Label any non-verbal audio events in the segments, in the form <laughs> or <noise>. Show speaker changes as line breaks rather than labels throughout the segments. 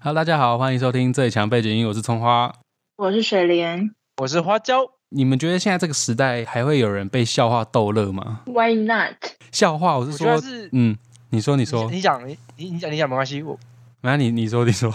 Hello，大家好，欢迎收听最强背景音，我是葱花。
我是水莲
我是花椒，
你们觉得现在这个时代还会有人被笑话逗乐吗？
，Why not？
笑话，我是
我觉
说
得，是
嗯，你说，你说，
你讲你你你讲你讲没关系，我
反正你你说，你说，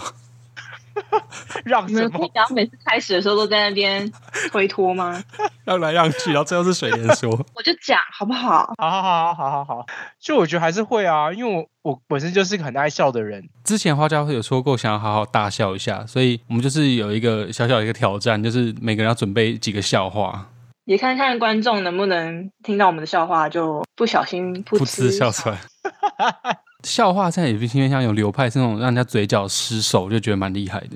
让
你
什
们可以
么？
不要每次开始的时候都在那边推脱吗？
<laughs> 让来让去，然后最后是水莲说，
我就讲好不好？
好好好好好好好，就我觉得还是会啊，因为我我本身就是个很爱笑的人，
<laughs> 之前花椒有说过想要好好大笑一下，所以我们就是有一个小小一个挑战，就是每个人要准备几个笑话，
也看看观众能不能听到我们的笑话，就不小心
噗
噗
嗤
嗤
笑出 <laughs> 来。笑话现在也比偏向有流派，是那种让人家嘴角失手，就觉得蛮厉害的，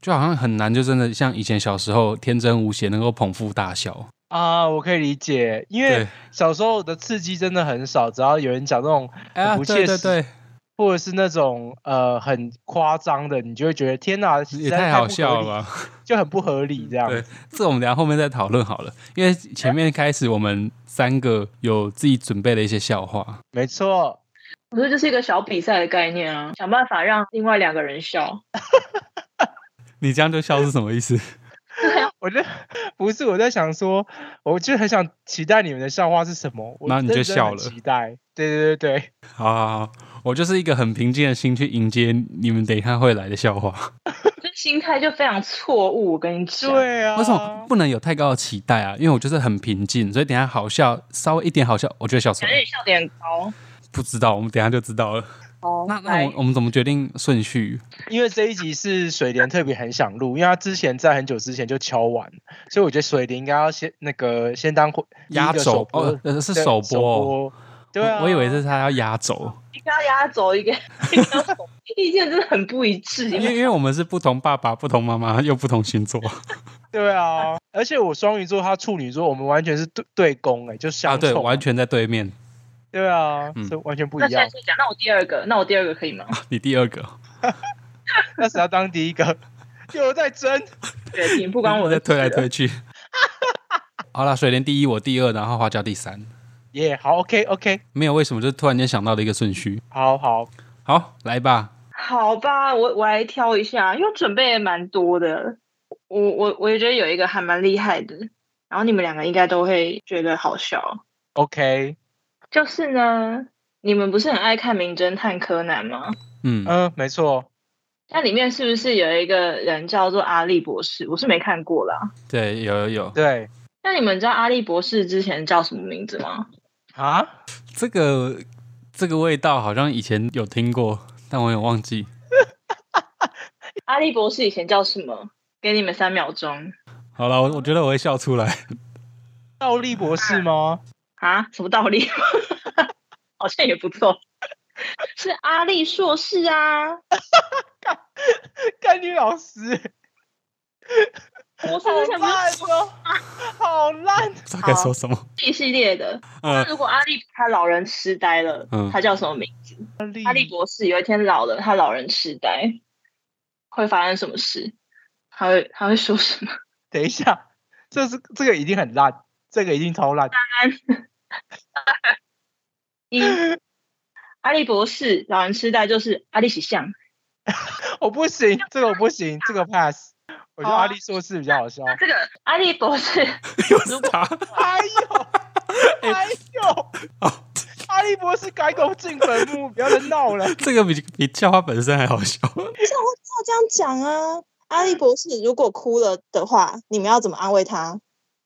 就好像很难，就真的像以前小时候天真无邪，能够捧腹大笑。
啊，我可以理解，因为
对，
小时候的刺激真的很少，只要有人讲那种
哎呀，
不
对
切
对
实
对，
或者是那种呃很夸张的，你就会觉得天哪，实
也
在是
太
太
好
不合
笑
理
了，吧？ <laughs>
就很不合理这样。
对这我们等一下后面再讨论好了，因为前面开始我们三个有自己准备了一些笑话。
没错，
我说这是一个小比赛的概念啊，想办法让另外两个人笑。
你这样就笑是什么意思？
我就不是我在想说，我就很想期待你们的笑话是什么，我
那你就
认真
笑
很
了
期待，对对对对。
<laughs> <laughs> 好好好，我就是一个很平静的心去迎接你们等一下会来的笑话。
这心态就非常错误，我跟你讲。
对啊，
为什么不能有太高的期待啊？因为我就是很平静，所以等一下好笑，稍微一点好笑，我就会笑出
感觉
哎
来
你。笑点高。
不知道，我们等一下就知道了。
哦
那那
来
我我们怎么决定顺序？
因为这一集是水莲特别很想录，因为他之前在很久之前就敲完，所以我觉得水莲应该要先那个先当会
压
第一个
轴
首播
哦呃是
对
首
首
播哦
播对啊
我我以为是他要压轴，
一个要压走，一个 <laughs> 一个要走意见真的很不一致。
因为因为我们是不同爸爸、不同妈妈又不同星座。
对啊，而且我双鱼座，他处女座，我们完全是对对攻哎、就相
啊，对，
冲
完全在对面。
对啊
嗯，
这、完全不
那
一
现在
样。
先讲，那我第二个，那我第二个可
<laughs>
以吗？
你第二个，
那谁要当第一个？又在争，
对，请不关我
在
的
推来
事了
推去。 <laughs> 好啦，水莲第一，我第二，然后花椒第三。
耶、好，OK OK，
没有为什么，就是突然间想到的一个顺序。
好好，
好，来吧。
好吧，我我来挑一下，因为准备也蛮多的。我我我也觉得有一个还蛮厉害的，然后你们两个应该都会觉得好笑。
OK，
就是呢，你们不是很爱看《名侦探柯南》吗？
嗯，
嗯、没错，
那里面是不是有一个人叫做阿笠博士？我是没看过啦。
对，有有有，
对
那你们知道阿笠博士之前叫什么名字吗？
啊，
这个这个味道好像以前有听过，但我有点忘记。
阿笠博士以前叫什么？给你们三秒钟
好了，我我觉得我会笑出 <laughs> 来。
倒立博士吗？ <laughs>
啊？什么道理？ <laughs> 好像也不错， <laughs> 是阿笠硕士啊。
干女老师。
博士
好
之前不
烂
是
哦， <laughs> 好烂！
不知道该说什么。
一系列的。那
<laughs> 嗯
如果阿笠他老人痴呆了，
嗯
他叫什么名字？阿笠博士有一天老了，他老人痴呆，会发生什么事？他会他会说什 <laughs> 么？
等一下，这是这个一定很烂，这个一定超烂。
一，阿笠博士老人痴呆就是阿笠喜相，
我不行，这个我不行，这个 pass。我觉得
好啊
阿力硕士比较好啊笑。哎
那这个阿笠博士
又是他。
还有，还有，
哦，
哎阿力博士改口进坟墓，不要再闹了。
这个比比笑话本身还好笑。
照这样讲啊，阿笠博士如果哭了的话，你们要怎么安慰他？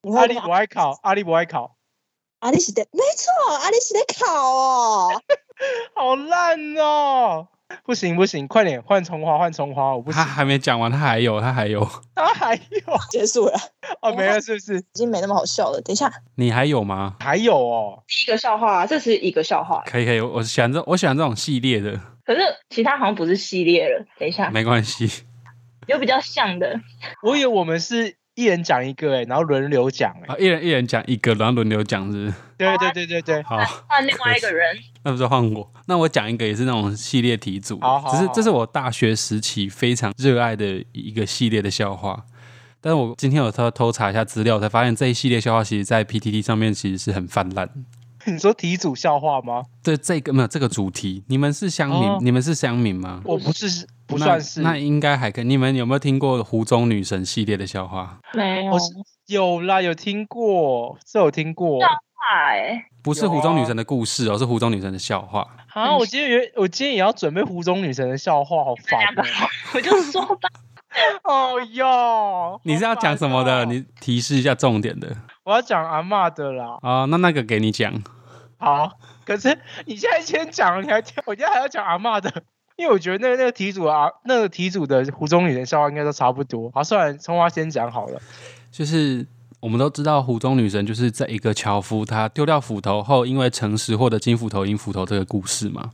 你
阿力不爱考，阿力不爱考，
阿笠喜的，没错，阿笠喜的考哦。
好烂哦！不行不行，快点换葱花，换葱花，我不行
他。还没讲完，他还有，他还有，
他还有
结束了，
哦，没了是不是？
已经没那么好笑了。等一下，
你还有吗？
还有哦，
第一个笑话，这是一个笑话，
可以可以，我喜欢这我喜欢这种系列的，
可是其他好像不是系列了。等一下，
没关系。
有比较像的，
我以为我们是一人讲一个哎、然后轮流讲哎、
啊，一人一人讲一个，然后轮流讲是不是
对对对对对， <laughs>
好，
换另外一个人。
那不是换我？那我讲一个也是那种系列题组的，
好好
只是
好
这是我大学时期非常热爱的一个系列的笑话。但是我今天有偷偷查一下资料，才发现这一系列笑话其实在 PTT 上面其实是很泛滥。
你说题主笑话吗？
对这个没有这个主题，你们是乡民，
哦
你们是乡民吗？
我不是，不算是
那，那应该还可以。你们有没有听过湖中女神系列的笑话？
没有
我是有啦，有听过，是有听过。
哎，
不是
有啊
湖中女神的故事哦，是湖中女神的笑话。
啊，我今天也我今天也要准备湖中女神的笑话，好烦
两个
哦！
<laughs> 我就说吧，
<laughs> 哦哟，
你是要讲什么
好
的？
烦哦
你提示一下重点的
我要讲阿嬷的啦。
啊、那那个给你讲，
好，可是你现在先讲，你还我现在还要讲阿嬷的， <laughs> 因为我觉得那个那个题主啊，那个题主的湖中女神笑话应该都差不多。好，算了，葱花先讲好了。
就是我们都知道湖中女神就是在一个樵夫他丢掉斧头后，因为诚实获得金斧头、银斧头这个故事嘛。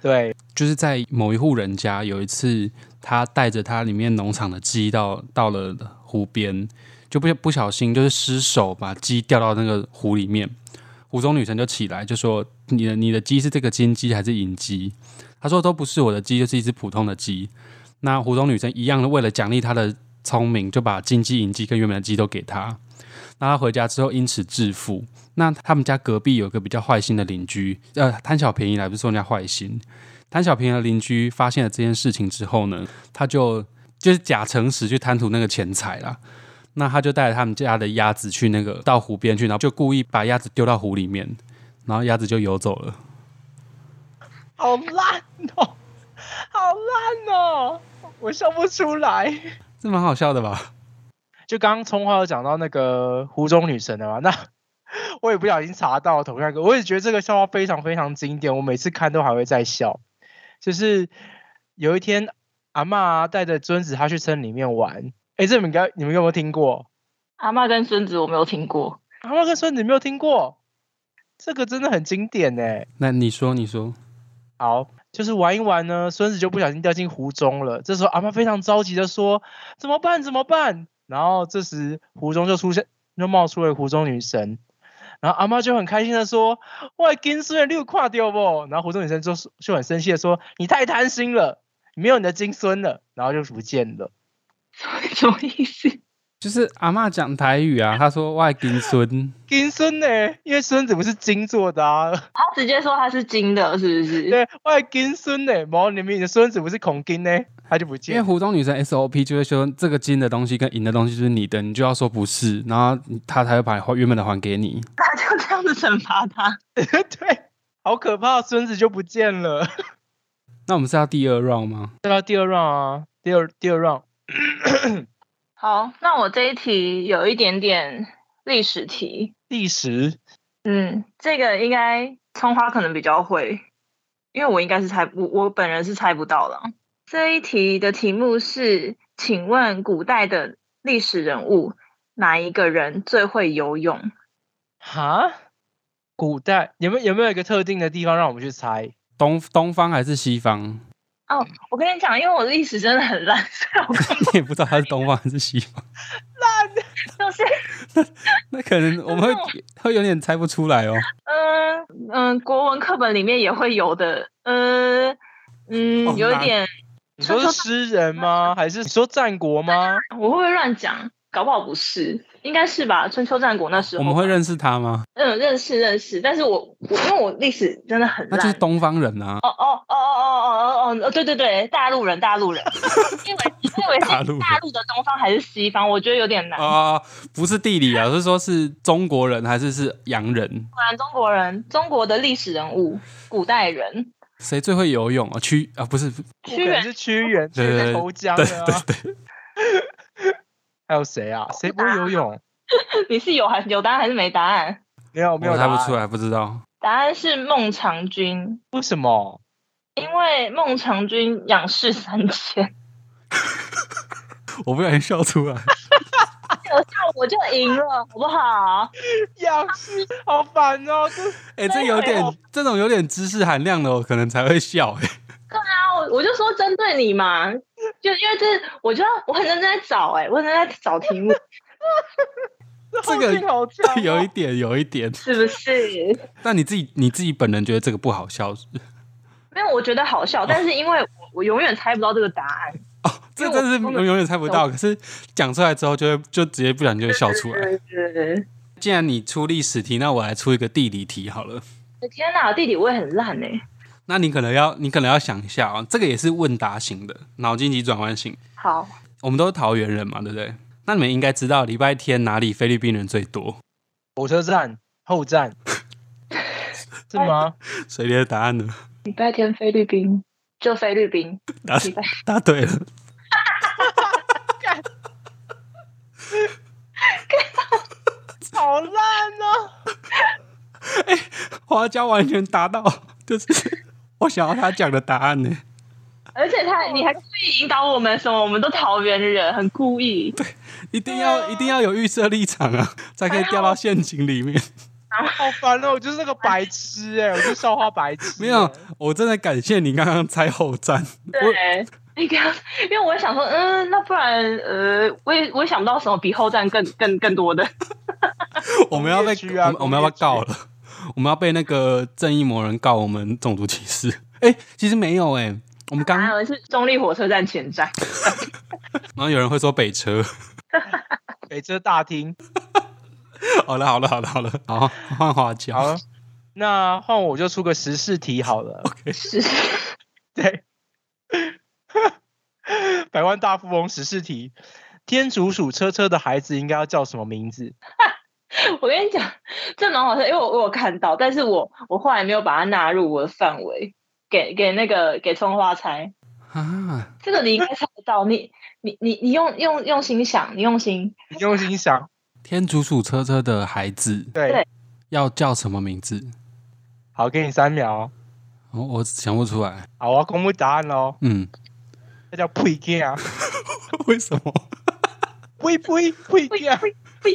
对，
就是在某一户人家，有一次他带着他里面农场的鸡到到了湖边，就不不小心就是失手把鸡掉到那个湖里面。湖中女神就起来就说：“你的你的鸡是这个金鸡还是银鸡？”他说：“都不是我的鸡，就是一只普通的鸡。”那湖中女神一样的为了奖励他的聪明，就把金鸡、银鸡跟原本的鸡都给他。那他回家之后因此致富。那他们家隔壁有一个比较坏心的邻居，呃，贪小便宜来不是说人家坏心，贪小便宜的邻居发现了这件事情之后呢，他就就是假诚实去贪图那个钱财啦。那他就带着他们家的鸭子去那个到湖边去，然后就故意把鸭子丢到湖里面，然后鸭子就游走了。
好烂哦，好烂哦，我笑不出来。
这蛮好笑的吧？
就刚刚葱花有讲到那个湖中女神的嘛，那我也不小心查到同样一个，我也觉得这个笑话非常非常经典，我每次看都还会在笑。就是有一天，阿嬷带着孙子他去村里面玩，哎，这你们应该你们有没有听过？
阿嬷跟孙子我没有听过， <laughs>
阿嬷跟孙子没有听过，这个真的很经典哎、
那你说，你说，
好，就是玩一玩呢，孙子就不小心掉进湖中了。这时候阿妈非常着急的说：“怎么办？怎么办？”然后这时湖中就出现，就冒出了湖中女神。然后阿妈就很开心的说：“我金孙，你有看掉不？”然后湖中女神就就很生气的说：“你太贪心了，你没有你的金孙了。”然后就不见了。
什么意思？
就是阿嬷讲台语啊，她说外金孙，
金孙呢？因为孙子不是金做的啊。 <laughs>
他直接说他是金的，是不是？
对，我金孙呢？毛你们你的孙子不是孔金呢？他就不
因
见
为
了。 <laughs>
湖中女神 SOP 就会说这个金的东西跟银的东西就是你的，你就要说不是，然后她才会把原本的还给你。
他就这样子惩罚他。
对，好可怕，孙子就不见了。
那我们是要第二 round 吗？
对啊，第二 round 啊，第二第二 round，
好，那我这一题有一点点历史题，
第十，
嗯，这个应该葱花可能比较会，因为我应该是猜我我本人是猜不到的啊。这一题的题目是：请问古代的历史人物哪一个人最会游泳？
哈，古代有没有有没有一个特定的地方让我们去猜？
东东方还是西方？
哦，我跟你讲，因为我历史真的很烂，所以我根
<laughs> 你也不知道它是东方还是西方，
本就是
那可能我们会会有点猜不出来哦。
嗯嗯，国文课本里面也会有的，嗯
哦
嗯，有一
哪
点，
你说是诗人吗？还是你啊说战国吗？
我会不会乱讲？搞不好不是，应该是吧？春秋战国那时
我
候
们
吧
会认识他吗？
嗯，认识认识，但是我我因为我历史真的很
那
烂。
就是东方人啊，
哦哦哦哦哦哦哦哦，对对对，大陆人大陆
<laughs>
人，因为因为是
大
大
陆人
陆的东方还是西方，我觉得有点难。
啊、不是地理啊，是说是中国人还是是洋人？
不然中国人，中国的历史人物，古代人，
谁最会游泳啊？屈啊，不是，
屈
不可能
原
是屈原，屈
对对
原
对
投江
对
的啊。
对对，
还有谁啊？谁不会游泳？
你是有还有答案还是没答案？
没有没有
我猜
答
不
案
出来，不知道。
答案是孟尝君，
为什 <laughs> 么？
因为孟尝君仰视三千， <laughs>
我不小心笑出来。
有笑我就赢了，好不好？
仰视，好烦哦！这
哎、这有点这种有点知识含量的，我可能才会笑、哎，
啊，我我就说针对你嘛，就因为这，我觉得我很认真在找、哎，我很认真在找题目，
<laughs> 这个
后劲好强哦
<laughs> 有一点，有一点。
是不是？ <laughs>
那你自己你自己本人觉得这个不好笑是不是
没有，我觉得好笑，但是因为我我永远猜不到这个答案，
哦，这真是
因为我
永远猜不到。可是讲出来之后，就会就直接不然就会笑出来。
对对对。
既然你出历史题，那我来出一个地理题好了。
天哪，地理我也很烂哎、
那你可能要你可能要想一下哦，这个也是问答型的，脑筋急转弯型。
好，
我们都是桃园人嘛，对不对？那你们应该知道礼拜天哪里菲律宾人最多？
火车站后 <laughs> 站，是吗？
谁的答案呢？
礼拜天菲律宾就菲律宾，
答
礼拜
答对了，
好烂哦！
花椒完全答到，就是我想要他讲的答案呢。
而且他你还故意引导我们什么？我们都桃园人，很故意。
一定要一定要有预设立场啊，才可以掉到陷阱里面。
好烦哦！我就是那个白痴哎、我就是校花白痴、欸
没有，我真的感谢你刚刚猜后站，我
对，你刚，因为我想说，嗯，那不然，呃，我也我也想不到什么比后站更更更多的。
我们要被
工业区啊
我们我们要被告了， <laughs> 我们要被那个正义魔人告我们种族歧视。 <laughs> 哎、其实没有哎、我们刚
反
然
而是中立火车站前站，
后有人会说北车。
北车大厅。
<laughs> 好了好了好了好了，好换花椒。
好，那换我就出个时事题好了。
是 <laughs>
对，百万大富翁时事题，天竺鼠车车的孩子应该要叫什么名字？
我跟你讲，这蛮好笑，因为我我有看到，但是我我后来没有把它纳入我的范围，给给那个给葱花猜，
啊，
这个你应该猜得到，你你你你用用用心想，你用心，
你用心想，
天竺鼠车车的孩子
对，
对
要叫什么名字？
好，给你三秒。
我我想不出来。
好，我要公布答案喽。
嗯，
那叫 p u i g a
<laughs> 为什么？
p u i p u i p u i
不
g a
不不，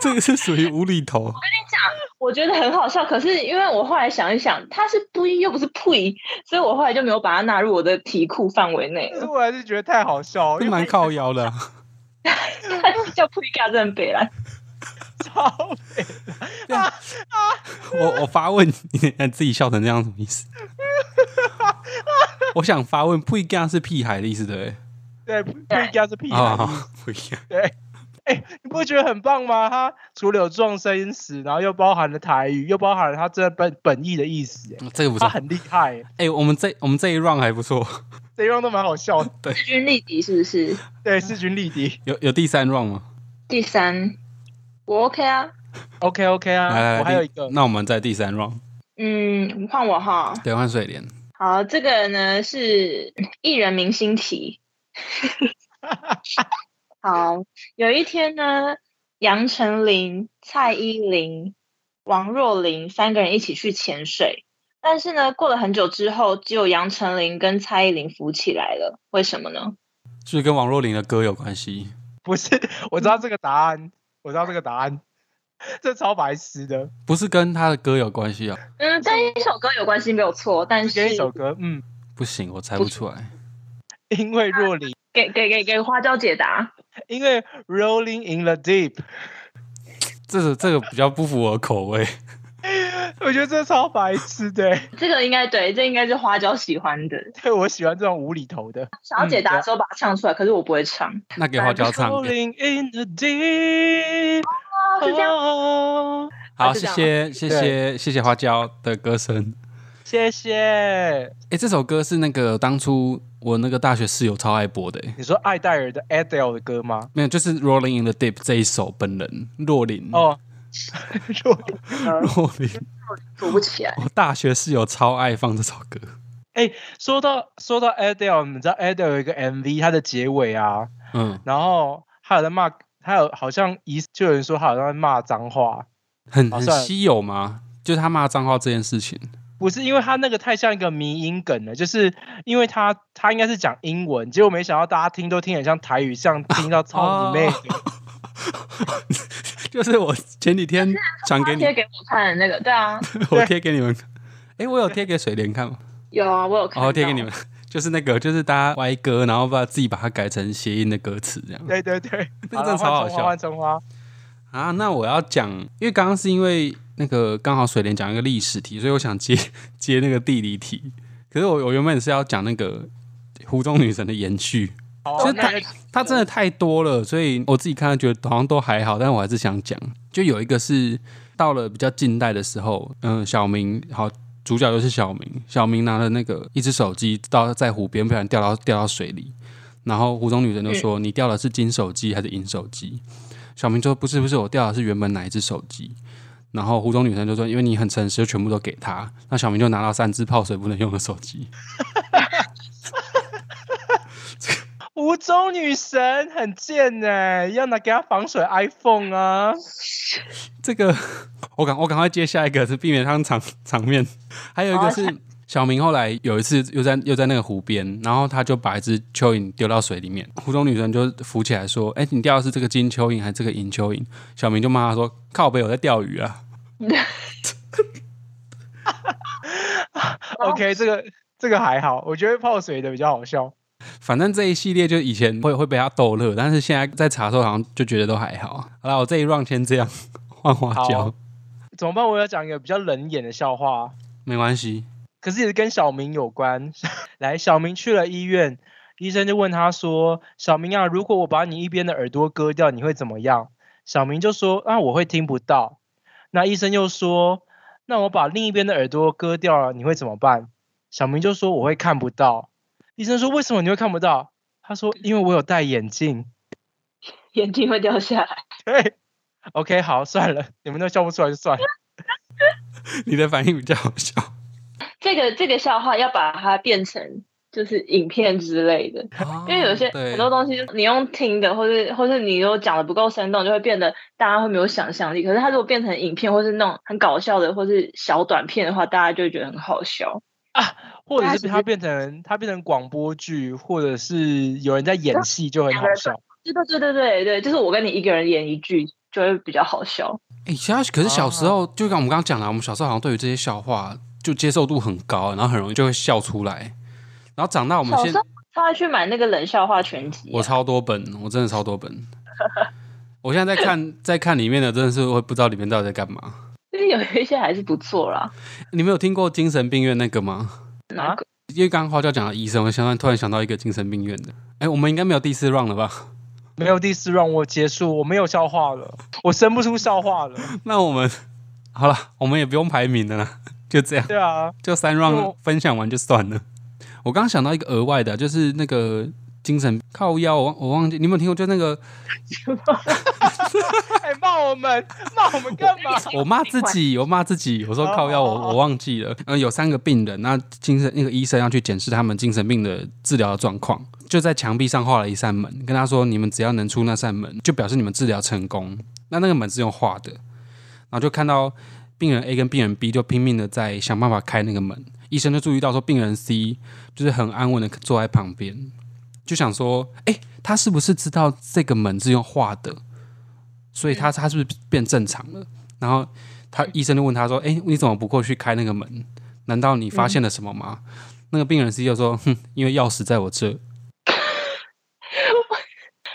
这个是属于无厘头。
<laughs> 我觉得很好笑，可是因为我后来想一想，它是不一又不是呸，所以我后来就没有把它纳入我的题库范围内
但
<laughs>
是
了。
我还是觉得太好笑，
是
因为
蛮靠腰的啊、
它叫呸嘎真的北兰，
超美
我我发问，你你自己笑成这样什么意思？我想发问，不一样是屁孩的意思，对
对 p u i g a 是屁
不对？
孩。
啊，不一样。
<laughs> 对，哎、你不觉得很棒吗？它除了有撞声音词，然后又包含了台语，又包含了它真的本本意的意思、哎，
嗯这个不错
它。很厉害、哎
哎、我们这我们这一 round 还不错，
这一 round 都蛮好笑的。
势均力敌是不是？
对，势均力敌。
有有第三 round 吗？
第三，我 OK 啊，
OK OK 啊，
来来来，
我还有
第
一个
那我们在第三 round
嗯，换我哈。
兑换水莲。
好，这个呢是艺人明星
<laughs>
题。好，有一天呢，杨丞琳、蔡依林、王若琳三个人一起去潜水，但是呢，过了很久之后，只有杨丞琳跟蔡依林浮起来了，为什么呢？
是不是跟王若琳的歌有关系？
不是，我知道这个答案，我知道这个答案，这超白痴的。
不是跟她的歌有关系啊？
嗯，跟一首歌有关系没有错，但
只
是
给一首歌，嗯，
不行，我猜不出来。
因为若琳，
给给给给花椒解答，
因为 Rolling in the Deep， <laughs>
这个这个比较不符我的口
<laughs>
味。
我觉得这超白痴的、哎
这个应该对，这应该是花椒喜欢的。
对我喜欢这种无厘头的。
想要解答
嗯
的时候把它唱出来，可是我不会唱。
那给花椒唱。
Rolling in the Deep，
哦，
啊
是这样。
哦，
好，
啊就
谢
这
谢
样
谢谢谢谢花椒的歌声。
谢谢。
哎、这首歌是那个当初我那个大学室友超爱播的、欸，
你说艾戴尔的 Adele 的歌吗？
没有，就是《Rolling in the Deep》这一首，本人若琳，
哦， <laughs> 若琳，
若琳，
组不起来。
我哦大学室友超爱放这首歌，
哎说到说到 Adele，你知道 Adele 有一个 MV，它的结尾啊，
嗯，
然后还有在骂，还有好像疑就有人说他好像在骂脏话，
很
好
很
算了
稀有吗？就是他骂脏话这件事情， <laughs>
不是因为他那个太像一个迷音梗了，就是因为他他应该是讲英文，结果没想到大家听都听得很像台语，像听
哦
到操你妹的，
就是我前几天传给
他 <laughs>
你，
贴给我看的那个，对啊，
<laughs> 我贴给你们看，哎、我有贴给水莲看吗？
有啊，我有看到。
哦，贴给你们， <laughs> 就是那个，就是大家歪歌，然后把自己把它改成谐音的歌词这样。
对对对，
<laughs> 那个真的
了
超好
换葱花
笑
换葱花，
啊，那我要讲，因为刚刚是因为那个刚好水莲讲一个历史题，所以我想接 <laughs> 接那个地理题。可是我我原本是要讲那个湖中女神的延续，
哦
好
其实
那
它
个
它真的太多了，所以我自己看了觉得好像都还好，但我还是想讲，就有一个是到了比较近代的时候，嗯，小明好。主角就是小明，小明拿了那个一只手机到在湖边，不然掉到掉到水里，然后湖中女人就说：“你掉的是金手机还是银手机？”小明就说：“不是不是，我掉的是原本哪一只手机。”然后湖中女生就说：“因为你很诚实，就全部都给他。”那小明就拿到三只泡水不能用的手机，
湖中女神很贱呢、要拿给她防水 iPhone 啊！
这个 <laughs> 我赶我赶快接下一个，是避免他们场场面。 <laughs> 还有一
啊
个是小明后来有一次又在又在那个湖边，然后他就把一只蚯蚓丢到水里面，湖中女生就浮起来说：“哎、你钓的是这个金蚯蚓还是这个银蚯蚓？”小明就骂他说：“靠北，我在钓鱼啊！”
哦
OK，这个这个还好，我觉得泡水的比较好笑。
反正这一系列就以前会 <laughs> 会被他逗乐，但是现在在查的时候好像就觉得都还好。好了，我这一 round 先这样 <laughs> 换花椒
好，怎么办？我要讲一个比较冷眼的笑话，
没关系。
可是也是跟小明有关。 <laughs> 来，小明去了医院，医生就问他说：“小明啊，如果我把你一边的耳朵割掉，你会怎么样？”小明就说：“啊，我会听不到。”那医生又说：“那我把另一边的耳朵割掉了，你会怎么办？”小明就说：“我会看不到。”医生说：“为什么你会看不到？”他说：“因为我有戴眼镜。” <laughs>
眼睛会掉下来。
对，OK，好，算了，你们都笑不出来就算了。
你的反应比较好笑。
这个这个笑话要把它变成就是影片之类的，因为有些
哦对
很多东西，你用听的，或是或是你如果讲的不够生动，就会变得大家会没有想象力。可是它如果变成影片，或是那种很搞笑的，或是小短片的话，大家就会觉得很好笑。
或者
大家
是
其
它
实
变成它变成广播剧，或者是有人在演戏就很
两
好
个人
笑。
对对对对对对，就是我跟你一个人演一句，就会比较好笑。
哎、其他可是小时候，
哦
就像我们刚刚讲的，我们小时候好像对于这些笑话就接受度很高，然后很容易就会笑出来。然后长大我们
小
现
时候他还去买那个冷笑话全集、
我
啊，
超多本，我真的超多
<laughs>
本。我现在在看在看里面的，真的是会不知道里面到底在干嘛。
就是有一些还是不错啦。
你们有听过精神病院那个吗？
哪个？
因为刚刚花椒讲到医生，我想到突然想到一个精神病院的。哎，我们应该没有第四 round 了吧？ <laughs>
没有第四让我结束，我没有笑话了，我生不出笑话了。
那我们好了，我们也不用排名的啦，就这样，
<laughs>
对啊，
就三
就
round 分享完就算了。我刚刚想到一个额外的，啊就是那个精神靠腰，我忘我忘记你有没有听过？就那个
还哎骂我们，骂我们干嘛？
我骂自己，我骂自己，我说靠腰，我我忘记了。嗯，有三个病人，那精神那个医生要去检视他们精神病的治疗的状况，就在墙壁上画了一扇门，跟他说：“你们只要能出那扇门，就表示你们治疗成功。”那那个门是用画的，然后就看到病人 A 跟病人 B 就拼命的在想办法开那个门，医生就注意到说病人 C 就是很安稳的坐在旁边，就想说：“哎、他是不是知道这个门是用画的？”所以他他是不是变正常了？然后他医生就问他说：“哎、你怎么不过去开那个门？难道你发现了什么吗？”那个病人 C 就说：“哼，因为钥匙在我这。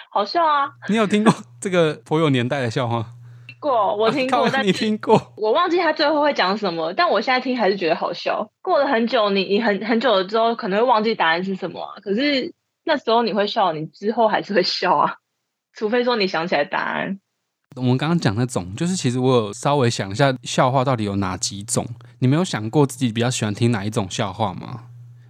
好笑啊！”
你有听过这个颇有年代的笑话？
听过我听
<laughs>
过，
靠
但
你听过？
我忘记他最后会讲什么，但我现在听还是觉得好笑。过了很久，你你很很久了之后，可能会忘记答案是什么啊、可是那时候你会笑，你之后还是会笑啊，除非说你想起来答案。
我们刚刚讲那种，就是其实我有稍微想一下笑话到底有哪几种。你没有想过自己比较喜欢听哪一种笑话吗？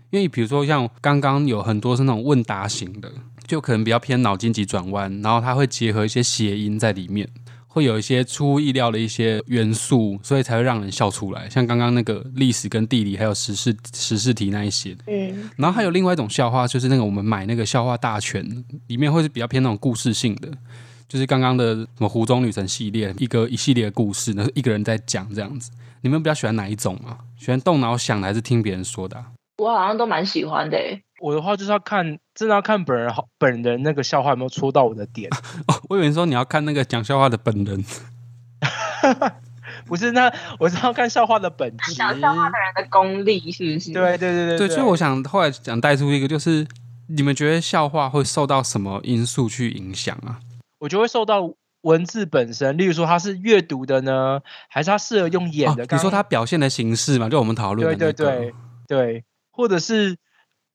因为比如说像刚刚有很多是那种问答型的，就可能比较偏脑筋急转弯，然后它会结合一些谐音在里面，会有一些出乎意料的一些元素，所以才会让人笑出来。像刚刚那个历史跟地理还有时事时事题那一些的
嗯，
然后还有另外一种笑话，就是那个我们买那个笑话大全，里面会是比较偏那种故事性的，就是刚刚的什么湖中女神系列，一个一系列的故事，然后一个人在讲这样子。你们比较喜欢哪一种啊？喜欢动脑想的，还是听别人说的啊、
我好像都蛮喜欢的、欸。
我的话就是要看，真的要看本人好本人那个笑话有没有戳到我的点，
哦， <laughs> 我以为你说你要看那个讲笑话的本人，
不是那我是要看笑话的本质。
想笑话的人的功力是不是？
对对对对
对，所以我想后来想带出一个，就是你们觉得笑话会受到什么因素去影响啊？
我就会受到文字本身，例如说它是阅读的呢，还是它适合用演的？
哦、你说
刚刚
它表现的形式嘛，就我们讨论的
对
那个。
对对对，或者是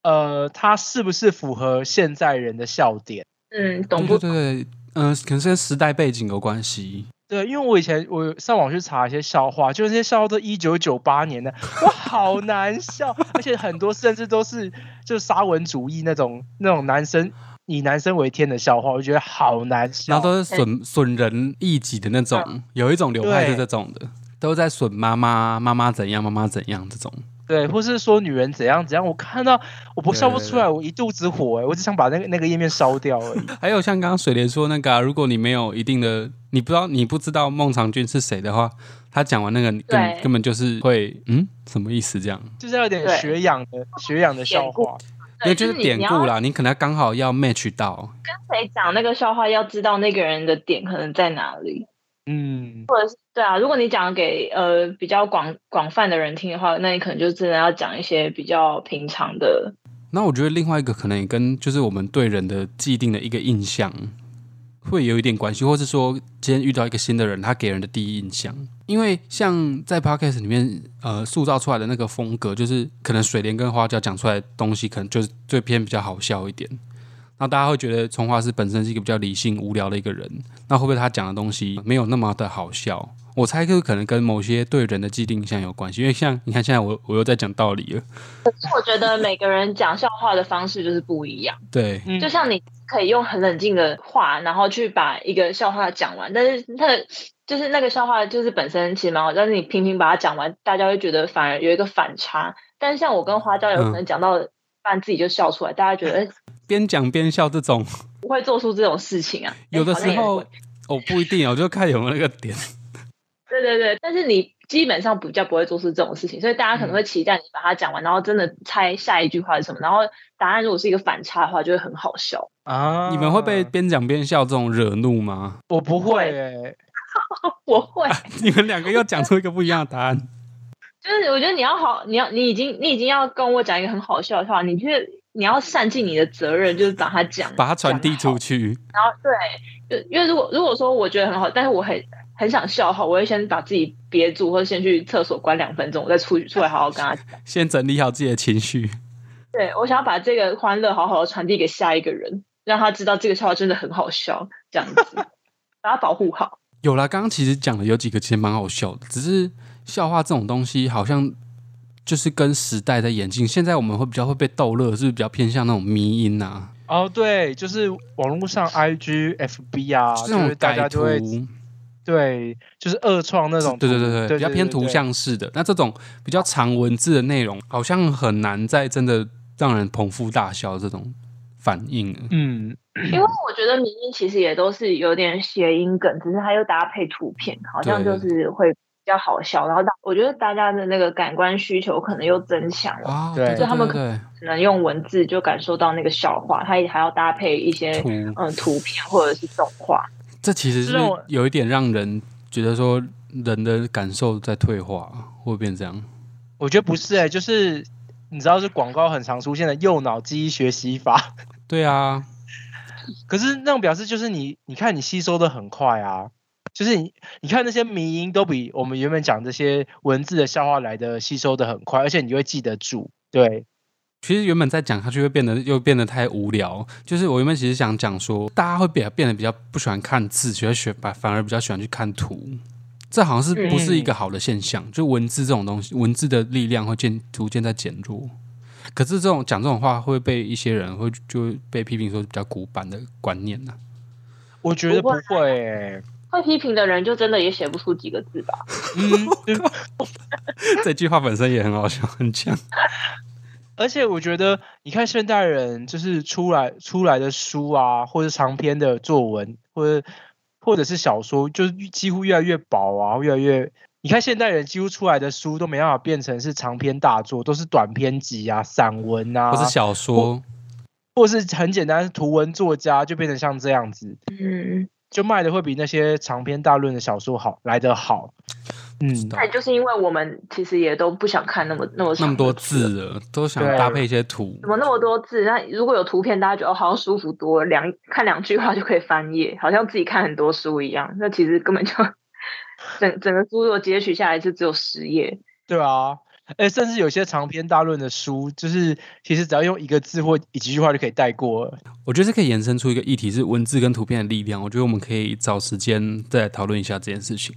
呃，它是不是符合现在人的笑点？
嗯，懂
对
不
对？对，对嗯、可能是跟时代背景有关系。
对，因为我以前我上网去查一些笑话，就是那些笑话都一九九八年的，哇，好难笑，而且很多甚至都是就是沙文主义那种那种男生以男生为天的笑话，我觉得好难笑。
然后都是
哎
损损人益己的那
嗯
种，有一种流派是这种的，都在损妈妈，妈妈怎样，妈妈怎样这种。
对，或是说女人怎样怎样，我看到我不
对
笑不
对
出
对
来，我一肚子火哎、我只想把那个那个页面烧掉而已。
还有像刚刚水莲说那个啊、如果你没有一定的，你不知道你不知道孟尝君是谁的话，他讲完那个你根
对
根本就是会嗯什么意思这样，
就是要有点
对
学养的
<laughs>
学养的笑
典故
话。
因为
对，
就是是典
你
故
要
啦，你可能刚好要 match 到，
跟谁讲那个笑话，要知道那个人的点可能在哪里。
嗯，
对啊，如果你讲给呃比较广广泛的人听的话，那你可能就真的要讲一些比较平常的。
那我觉得另外一个可能也跟就是我们对人的既定的一个印象会有一点关系，或是说今天遇到一个新的人，他给人的第一印象，因为像在 podcast 里面呃塑造出来的那个风格，就是可能水莲跟花椒讲出来的东西，可能就是最偏比较好笑一点。那大家会觉得从花师本身是一个比较理性无聊的一个人，那会不会他讲的东西没有那么的好笑？我猜就可能跟某些对人的既定印象有关系，因为像你看现在我我又在讲道理了，
所以我觉得每个人讲笑话的方式就是不
<laughs>
一样。
对，
嗯
就像你可以用很冷静的话，然后去把一个笑话讲完，但是那个就是那个笑话就是本身其实蛮好，但是你频频把它讲完，大家会觉得反而有一个反差。但是像我跟花椒有可
嗯
能讲到一半自己就笑出来，大家觉得哎
边讲边笑这种，
不会做出这种事情啊。哎
有的
好像
时
也
候
会
哦不一定，我就看有没有那个点。
<laughs>
对对对，但是你基本上比较不会做出这种事情，所以大家可能
嗯
会期待你把它讲完，然后真的猜下一句话是什么，然后答案如果是一个反差的话，就会很好笑。
啊，
你们会被边讲边笑这种惹怒吗？
我不会
会
哎、
<laughs>
我会，
你们两个又讲出一个不一样的答
<laughs>
案，
就是我觉得你要好，你要你已经你已经要跟我讲一个很好笑的话，你却你要善尽你的责任，就是把它讲，
把它传递
讲
出
好。
去。
然后对，就因为如果如果说我觉得很好，但是我很很想笑的话，我会先把自己憋住，或者先去厕所关两分钟，我再出去出来好好跟他讲。
先整理好自己的情绪。
对，我想要把这个欢乐好好的传递给下一个人，让他知道这个笑话真的很好笑，这样子把他保护好。
有啦，刚刚其实讲的有几个其实蛮好笑的，只是笑话这种东西好像就是跟时代在演进。现在我们会比较会被逗乐，是不是比较偏向那种迷音啊，
哦，对，就是网络上 IG、FB 啊，
这
就
种
是大
改
家
图
就会，对，就是恶创那种图，
对对对
对
对，比较偏图。像式的。那这种比较长文字的内容，好像很难再真的让人捧腹大笑这种反应了。
对嗯，
因为我觉得民音其实也都是有点谐音梗，只是它又搭配图片，好像
对
就是会比较好笑。然后大我觉得大家的那个感官需求可能又增强了，
啊，
对
对
所以他们
对对
只能用文字就感受到那个笑话，它也还要搭配一些
对图，
嗯图片或者是动画。
这其实
是
是
让我
有一点让人觉得说人的感受在退化，会变这样。
我觉得不是哎、就是你知道，是广告很常出现的右脑记忆学习法， <laughs>
对啊，
可是那种表示就是你，你看你吸收的很快啊，就是你你看那些迷音都比我们原本讲这些文字的笑话来的吸收的很快，而且你就会记得住。对，
其实原本再讲下去会变得又变得太无聊。就是我原本其实想讲说，大家会比较变得比较不喜欢看字，喜欢学反反而比较喜欢去看图。这好像是不是一个好的现象？就文字这种东西，文字的力量会渐逐渐在减弱。可是这种讲这种话会被一些人会就被批评说比较古板的观念呢、
我觉得不
不
会
会、
欸，
会批评的人就真的也写不出几个字吧。
嗯， <laughs> 对
<laughs> 这句话本身也很好笑，很强。
而且我觉得你看现代人就是出来出来的书啊，或者长篇的作文，或者或者是小说，就是几乎越来越薄啊，越来越。你看现代人几乎出来的书都没办法变成是长篇大作，都是短篇集啊、散文啊，
或是小说，
或是很简单，图文作家就变成像这样子，
嗯，
就卖的会比那些长篇大论的小说好来得好。嗯，
到
那就是因为我们其实也都不想看那么那么
那
长
么
的
多
了，
字了，都想
对
搭配一些图
怎。么那么多字？那如果有图片，大家觉得哦，好像舒服多了，两看两句话就可以翻页，好像自己看很多书一样。那其实根本就整整个书若截取下来就只有十页，
对啊，哎，甚至有些长篇大论的书，就是其实只要用一个字或一几句话就可以带过了。
我觉得这可以延伸出一个议题，是文字跟图片的力量。我觉得我们可以找时间再来讨论一下这件事情。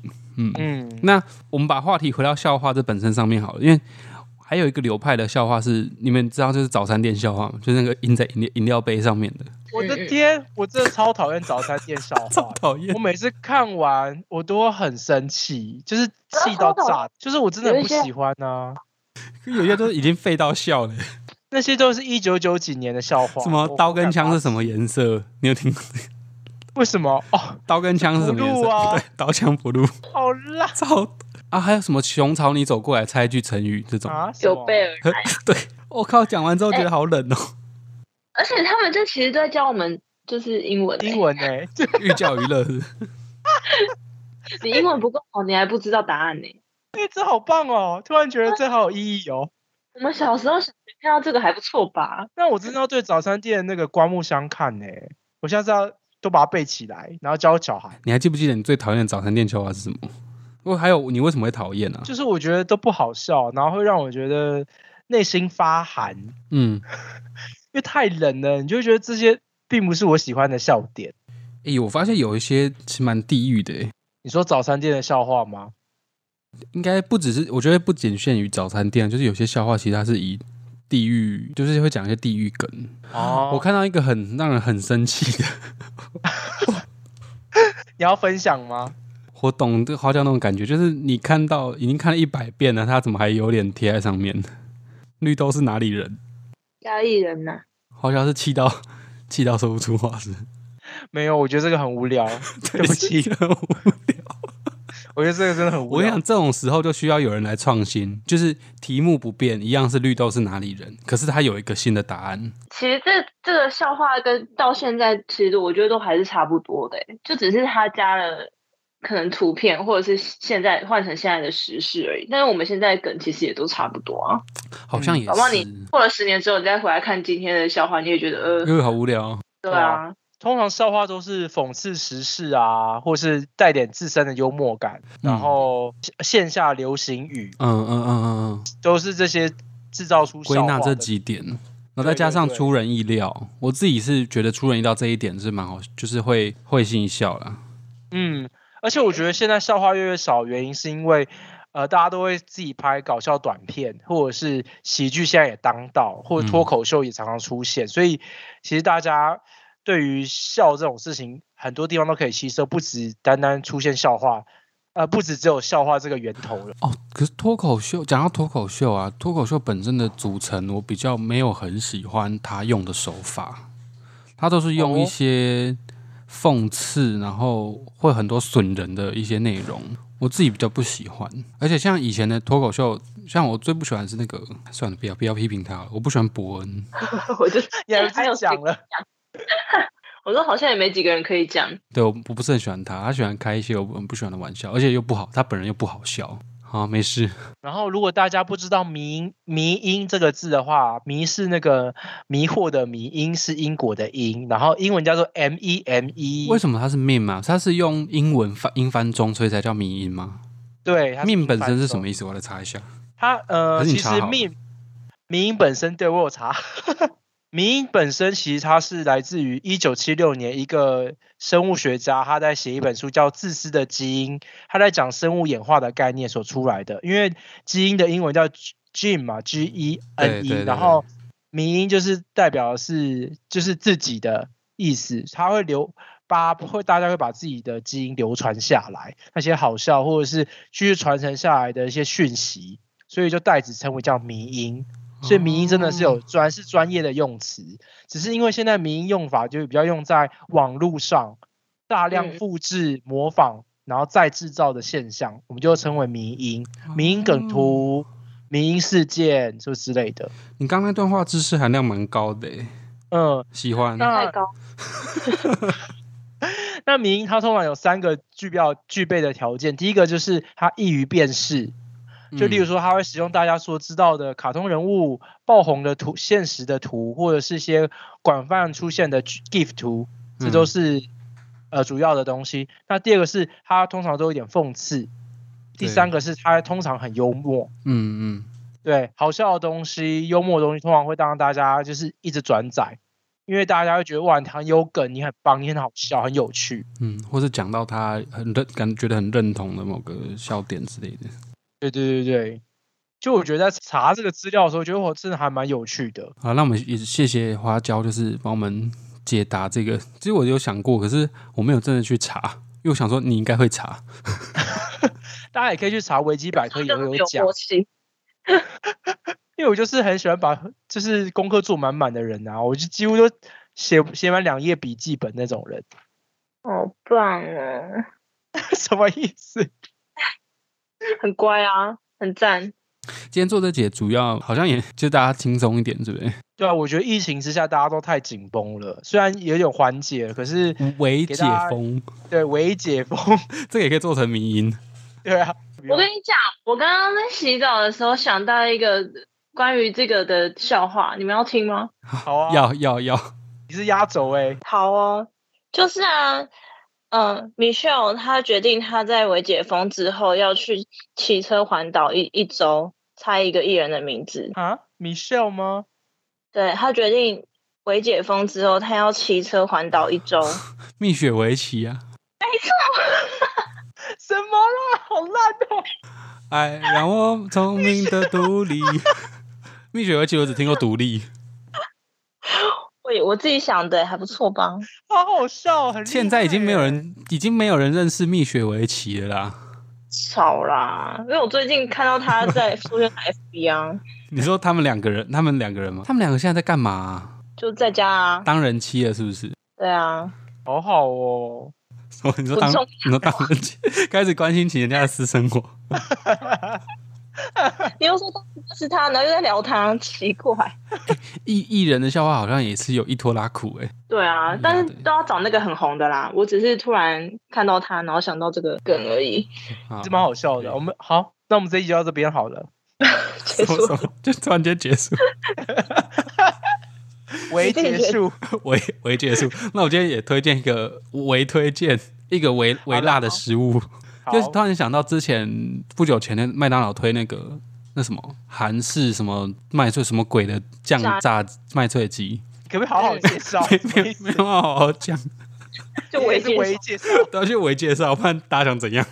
嗯，
那我们把话题回到笑话这本身上面好了，因为还有一个流派的笑话是，你们知道就是早餐店笑话吗？就是那个印在饮料饮料杯上面的，
<laughs> 我
嗯
的
嗯
天，我真的超讨厌早餐店笑
超
话。
讨厌
我。每次看完，我都会很生气，就是气到炸，就是我真的很不喜欢啊。
有些都已经废到笑了，
那些都是一九九几年的笑话，
什么刀跟枪是什
么？
么颜色？你有听过？
为什么？哦，
刀跟枪是什么颜
不
色？
录啊
对，刀枪不
<laughs>
入。
好辣
超啊，还有什么熊朝你走过来，猜一句成语这种。
啊！哎什么
有备而来。
<laughs> 对，我、靠，讲完之后觉得好冷哦。
<laughs>
而且他们这其实都在教我们就是英文、欸
英， <laughs> 文哎、这
寓教于乐是不是
你英文不够好，你还不知道答案呢、欸
哎、这好棒哦！突然觉得这好有意义哦。
我们小时候小学看到这个还不错吧？
那我真的要对早餐店那个刮目相看呢、我下次要都把它背起来，然后教小孩。
你还记不记得你最讨厌的早餐店笑话是什么？不过还有你为什么会讨厌啊？
就是我觉得都不好笑，然后会让我觉得内心发寒，因
嗯，
为太冷了，你就会觉得这些并不是我喜欢的笑点。
哎、我发现有一些其实蛮地狱的、欸，
你说早餐店的笑话吗？
应该不只是我觉得不仅限于早餐店，啊就是有些笑话其实它是以地域，就是会讲一些地域梗。
哦
我看到一个很让人很生气的， <laughs>
你要分享吗？
我懂这花椒那种感觉，就是你看到已经看了一百遍了，它怎么还有脸贴在上面？绿豆是哪里人？
嘉义人呐、
花椒是气到气到说不出话是不是？
没有，我觉得这个很无
<laughs>
聊。对不起，
是很无聊。
我觉得这个真的很无
我
聊
想。这种时候就需要有人来创新，就是题目不变，一样是绿豆是哪里人，可是它有一个新的答案。
其实这这个笑话跟到现在，其实我觉得都还是差不多的欸、就只是他加了可能图片，或者是现在换成现在的时事而已。但是我们现在梗其实也都差不多啊。
好
嗯
像也
搞不好
是，
你过了十年之后，你再回来看今天的笑话，你也觉得呃，
因为好无聊。
对
对
啊
啊，通常笑话都是讽刺时事啊，或是带点自身的幽默感，然后线线下流行语
嗯嗯嗯嗯嗯，
都是这些制造出
归
笑
纳
话
这
的
几点，然后再
对
加
对
上
对
出人意料，我自己是觉得出人意料这一点是蛮好，就是会会心一笑啦。
嗯，而且我觉得现在笑话越来越少，原因是因为呃，大家都会自己拍搞笑短片，或者是喜剧现在也当道，或者
嗯
脱口秀也常常出现，所以其实大家对于笑这种事情，很多地方都可以吸收，不只单单出现笑话，呃，不只只有笑话这个源头了。 <laughs>
哦，可是脱口秀讲到脱口秀啊，脱口秀本身的组成，我比较没有很喜欢他用的手法，他都是用一
哦
些讽刺，然后会很多损人的一些内容，我自己比较不喜欢。而且像以前的脱口秀，像我最不喜欢是那个，算了，不要不要批评他了，我不喜欢伯恩。
我就
你还
还有
是
谁
讲了，
我说好像也没几个人可以讲。
对，我我不是很喜欢他，他喜欢开一些我很不喜欢的玩笑，而且又不好，他本人又不好笑。好，没事。
然后如果大家不知道迷音“迷音”这个字的话，“迷”是那个迷惑的“迷”，“音”是英国的“音”，然后英文叫做 “m e m e”。
为
么？
什么他是 meme 啊？他是用英文翻英翻中，所以才叫迷音吗？
对它是
命
英
本
翻
身是
中
什么意思？我来查一下。
它
还
呃，
是你
其实
查好了
命民音本身对我有查， <laughs> 民音本身其实它是来自于一九七六年一个生物学家，他在写一本书叫《自私的基因》，他在讲生物演化的概念所出来的。因为基因的英文叫 gene 嘛，G E
对
N
对
E，
对
然后民音就是代表的是就是自己的意思，它会留把会大家会把自己的基因流传下来，那些好笑或者是继续传承下来的一些讯息，所以就代指称为叫迷音。所以迷音真的是有专是专业的用词，只是因为现在迷音用法就比较用在网络上，大量
嗯
复制、模仿，然后再制造的现象，我们就称为迷音、迷音梗
哦。
图、迷音事件就之类的。
你刚刚那段话知识含量蛮高的耶，
嗯，
喜欢。
那
太高，
那民音它通常有三个具标具备的条件，第一个就是它易于辨识，
嗯
就例如说它会使用大家所知道的卡通人物、爆红的图、现实的图，或者是一些广泛出现的 GIF 图，这都
嗯
是、呃主要的东西。那第二个是它通常都有点讽刺，第
对
三个是它通常很幽默。
嗯嗯，
对，好笑的东西、幽默的东西，通常会让大家就是一直转载，因为大家会觉得哇，你很有梗，你很棒，你很好笑，很有趣。
嗯，或是讲到他很认，感觉得很认同的某个笑点之类的。
对对对对，就我觉得在查这个资料的时候，觉得我真的还蛮有趣的。
好，那我们也谢谢花椒，就是帮我们解答这个。其实我有想过，可是我没有真的去查，因为我想说你应该会查。
大家也可以去查维基百科，也
就
会
是
有
有
讲
默。契。
因为我就是很喜欢把就是功课做满满的人啊，我就几乎都写写满两页笔记本那种人， <laughs>
好棒哦，
什么意思？
很乖啊，很赞。
今天做这节主要好像也就大家轻松一点，对不对？
对啊，我觉得疫情之下大家都太紧绷了，虽然有点缓解了，可是
微
嗯给
解
大家
封，
对微解封，
这个也可以做成迷音。
对啊，
我跟你讲，我刚刚在洗澡的时候想到一个关于这个的笑话，你们要听吗？
好啊，
要要要，
你是压轴哎，
好哦，就是啊，嗯，Michelle 她决定她在维解封之后要去骑车环岛一一周，猜一个艺人的名字。
啊，Michelle 吗？
对她决定维解封之后，她要骑车环岛一周。
蜜雪围棋啊！
什么啦？好烂哦！
哎，让我聪明的独立。 <laughs> 蜜雪围棋我只听过独立，
我也我自己想的还不错吧？
好好笑，很厉害
现在已经没有
欸
人，已经没有人认识蜜雪围棋了啦。
少啦，因为我最近看到他在出现在 FB 啊，
你说他们两个人，他们两个人吗？他们两个现在在干嘛啊、
就在家啊，
当人妻了是不是？ <laughs>
对啊，
好好哦。
哦，你说
不
当
重
你说当人妻， <laughs> 开始关心起人家的私生活。
你又说不是他，然后又在聊他，奇怪。
艺艺人的笑话好像也是有一拖拉苦哎、
对啊，但是
对
都要找那个很红的啦。我只是突然看到他，然后想到这个梗而已。 <laughs>
好
是蛮好笑
啊对
的。我们好，那我们这一集就到这边好了。
结束
<laughs> 什么什么就突然间结束， <laughs>
微
这个
结
人
束，
微微结束。那我今天也推荐一个微推荐，一个微微辣的食物，
好
就是突然想到之前不久前的麦当劳推那个那什么韩式什么麦脆什么鬼的酱
炸
炸麦脆鸡，
可不可以好好介绍？
没没没有好好讲，
就
我
我也
也是
介
微
绍，
介绍。
都要去微介绍，不然大家想怎样？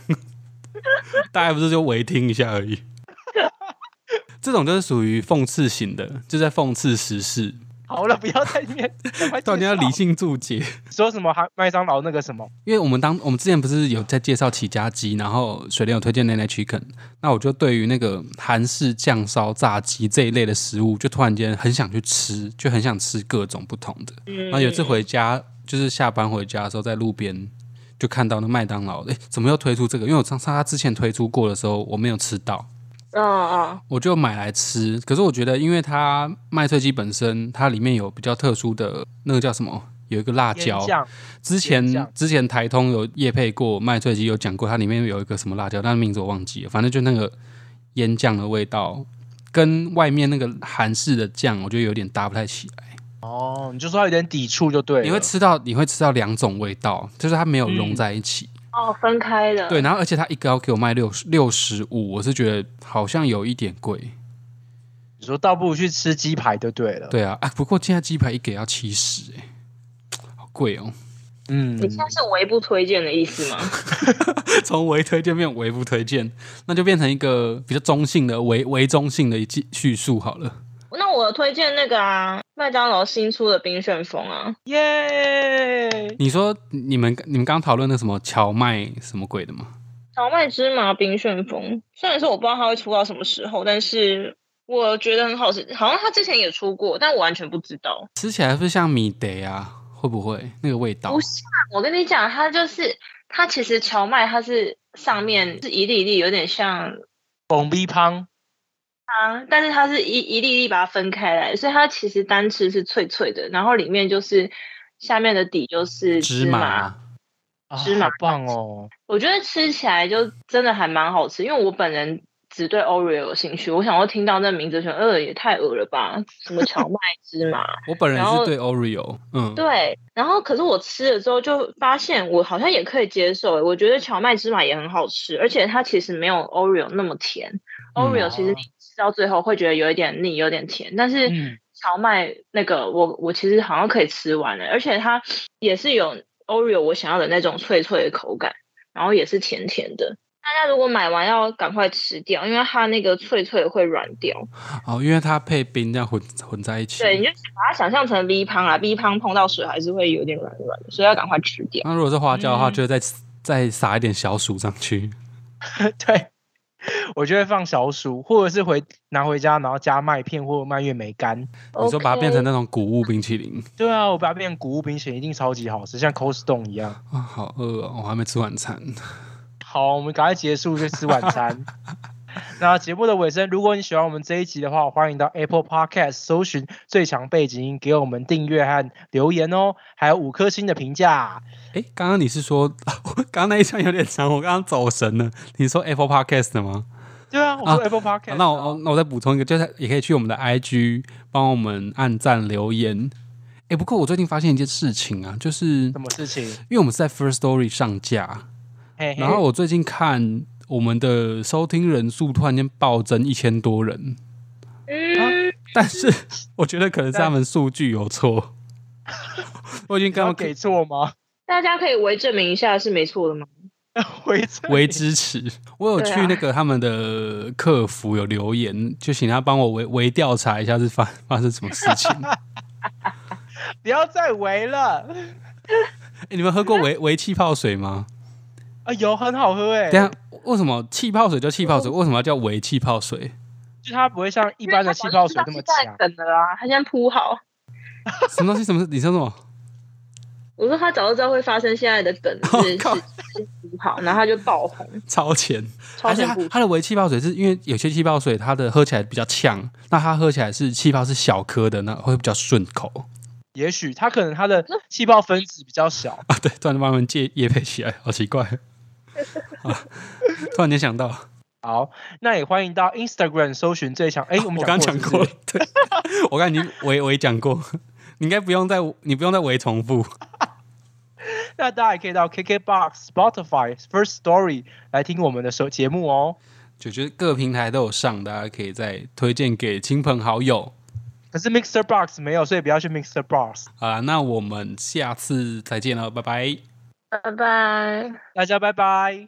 大家不是就微听一下而已。这种就是属于讽刺型的，就在讽刺时事，
好了，不要再
<laughs>
念，赶快
到底要
介绍
理性注解。
说什么？还麦当劳那个什么？
因为我们当我们之前不是有在介绍起家鸡，然后水莲有推荐奶奶 chicken，那我就对于那个韩式酱烧炸鸡这一类的食物，就突然间很想去吃，就很想吃各种不同的。
嗯
然啊后有一次回家，就是下班回家的时候，在路边就看到那麦当劳，诶，怎么又推出这个？因为我上上他之前推出过的时候，我没有吃到，
嗯嗯，
我就买来吃。可是我觉得，因为它麦脆鸡本身，它里面有比较特殊的那个叫什么，有一个辣椒
腌，酱
之前
甜酱
之前台通有叶配过麦脆鸡，有讲过它里面有一个什么辣椒，但名字我忘记了，反正就那个腌酱的味道，跟外面那个韩式的酱，我觉得有点搭不太起来。
哦，你就说它有点抵触就对了。
你会吃到你会吃到两种味道，就是它没有融在一起。
哦，分开的，
对，然后而且它一个要给我卖六六十五，我是觉得好像有一点贵。
你说倒不如去吃鸡排就对了。，
对啊，啊，不过现在鸡排一个要七十，哎，好贵哦。
嗯
你，现在是唯不推荐的意思吗？
<laughs> 从唯推荐变唯不推荐， <laughs> 那就变成一个比较中性的唯唯中性的一记叙述好了。
那我推荐那个啊，麦当劳新出的冰旋风啊，
耶！
你说你们你们刚讨论那什么荞麦什么鬼的吗？
荞麦芝麻冰旋风。虽然说我不知道它会出到什么时候，但是我觉得很好吃。好像它之前也出过，但我完全不知道。
吃起来是不是像米德啊？会不会那个味道
不？像，我跟你讲，它就是它其实荞麦它是上面是一粒一粒，有点像
蹦逼汤，
汤，但是它是一一粒一粒把它分开来，所以它其实单吃是脆脆的，然后里面就是下面的底就是
芝
麻。
麻
啊
芝麻
好棒哦！ <laughs>
我觉得吃起来就真的还蛮好吃，因为我本人。只对 Oreo 有兴趣，我想要听到那名字，觉得呃也太恶了吧，什么荞麦芝麻，
我本人
然
是
后
对 Oreo，嗯，
对，然后可是我吃了之后就发现我好像也可以接受欸，我觉得荞麦芝麻也很好吃，而且它其实没有 Oreo 那么甜。
嗯
Oreo 其实你吃吃到最后会觉得有一点腻，有点甜，但是。
嗯，
荞麦那个我我其实好像可以吃完了，而且它也是有 Oreo 我想要的那种脆脆的口感，然后也是甜甜的。大家如果买完要赶快吃掉，因为它那个脆脆会软掉。
哦，因为它配冰这样混混在一起。
对，你就把它想象成 V 胖啦，V 啊胖碰到水还是会有点软软的，所以要赶快吃掉。
那如果是花椒的话，
嗯
就会再再撒一点小薯上去。
对，我就会放小薯，或者是回拿回家，然后加麦片或蔓越莓干。
你说把它变
OK
成那种谷物冰淇淋
对啊，我把它变成谷物冰淇淋，一定超级好吃，像 Cold Stone 一样。
啊、好饿哦，我还没吃晚餐。
好，我们赶快结束，去吃晚
<laughs>
餐。那节目的尾声，如果你喜欢我们这一集的话，欢迎到 Apple Podcast 搜寻“最强背景音”，给我们订阅和留言哦，还有五颗星的评价。
诶，刚刚你是说， <laughs> 刚刚那一项有点长，我刚刚走神了。你说 Apple Podcast 的吗？
对啊，我说
啊
Apple Podcast，、
啊那我哦那我再补充一个，就是也可以去我们的 IG 帮我们按赞留言。诶，不过我最近发现一件事情啊，就是因
什么事情？
为我们是在 First Story 上架，
嘿嘿
然后我最近看我们的收听人数突然间暴增一千多人，啊
嗯，
但是我觉得可能是他们数据有错。我已经跟他
要
们
给错吗？ <laughs>
大家可以为证明一下是没错的吗？
回这
为
里
支持。我有
对
去
啊
那个他们的客服有留言，就请他帮我微微调查一下是发发生什么事情。
不要再围了。
诶你们喝
嗯
过微微气泡水吗？
啊，有很好喝哎、
等一下为什么气泡水叫气
嗯
泡水？为什么要叫微气泡水？
就它不会像一般的气泡水那么
它早就知道
强
是。蛋梗的啦，他先铺好。
什么东西？什么？你说什么？
我说他早就知道会发生现在的梗
我 <laughs>
是是
哦靠
是铺好，然后他就爆红，
超前？
<laughs>
超
而且
前
它
部署
它的微气泡水是因为有些气泡水它的喝起来比较呛，那它喝起来是气泡是小颗的，那会比较顺口
也许它可能它的气泡分子比较小，
啊。对，突然慢慢借叶配起来，好奇怪。啊突然间想到，
好，那也欢迎到 Instagram 搜寻最强。哎、我们
我刚
讲
讲
过
过
是不
了
是，
对，我刚已经微微讲过，你应该不用再你不用再微重复。
那大家也可以到 KKBox、Spotify、First Story 来听我们的首节目哦。
就觉得各平台都有上，大家可以再推荐给亲朋好友。
可是 Mixer Box 没有，所以不要去 Mixer Box。
好啦，那我们下次再见了，拜拜。
拜拜。
大家拜拜。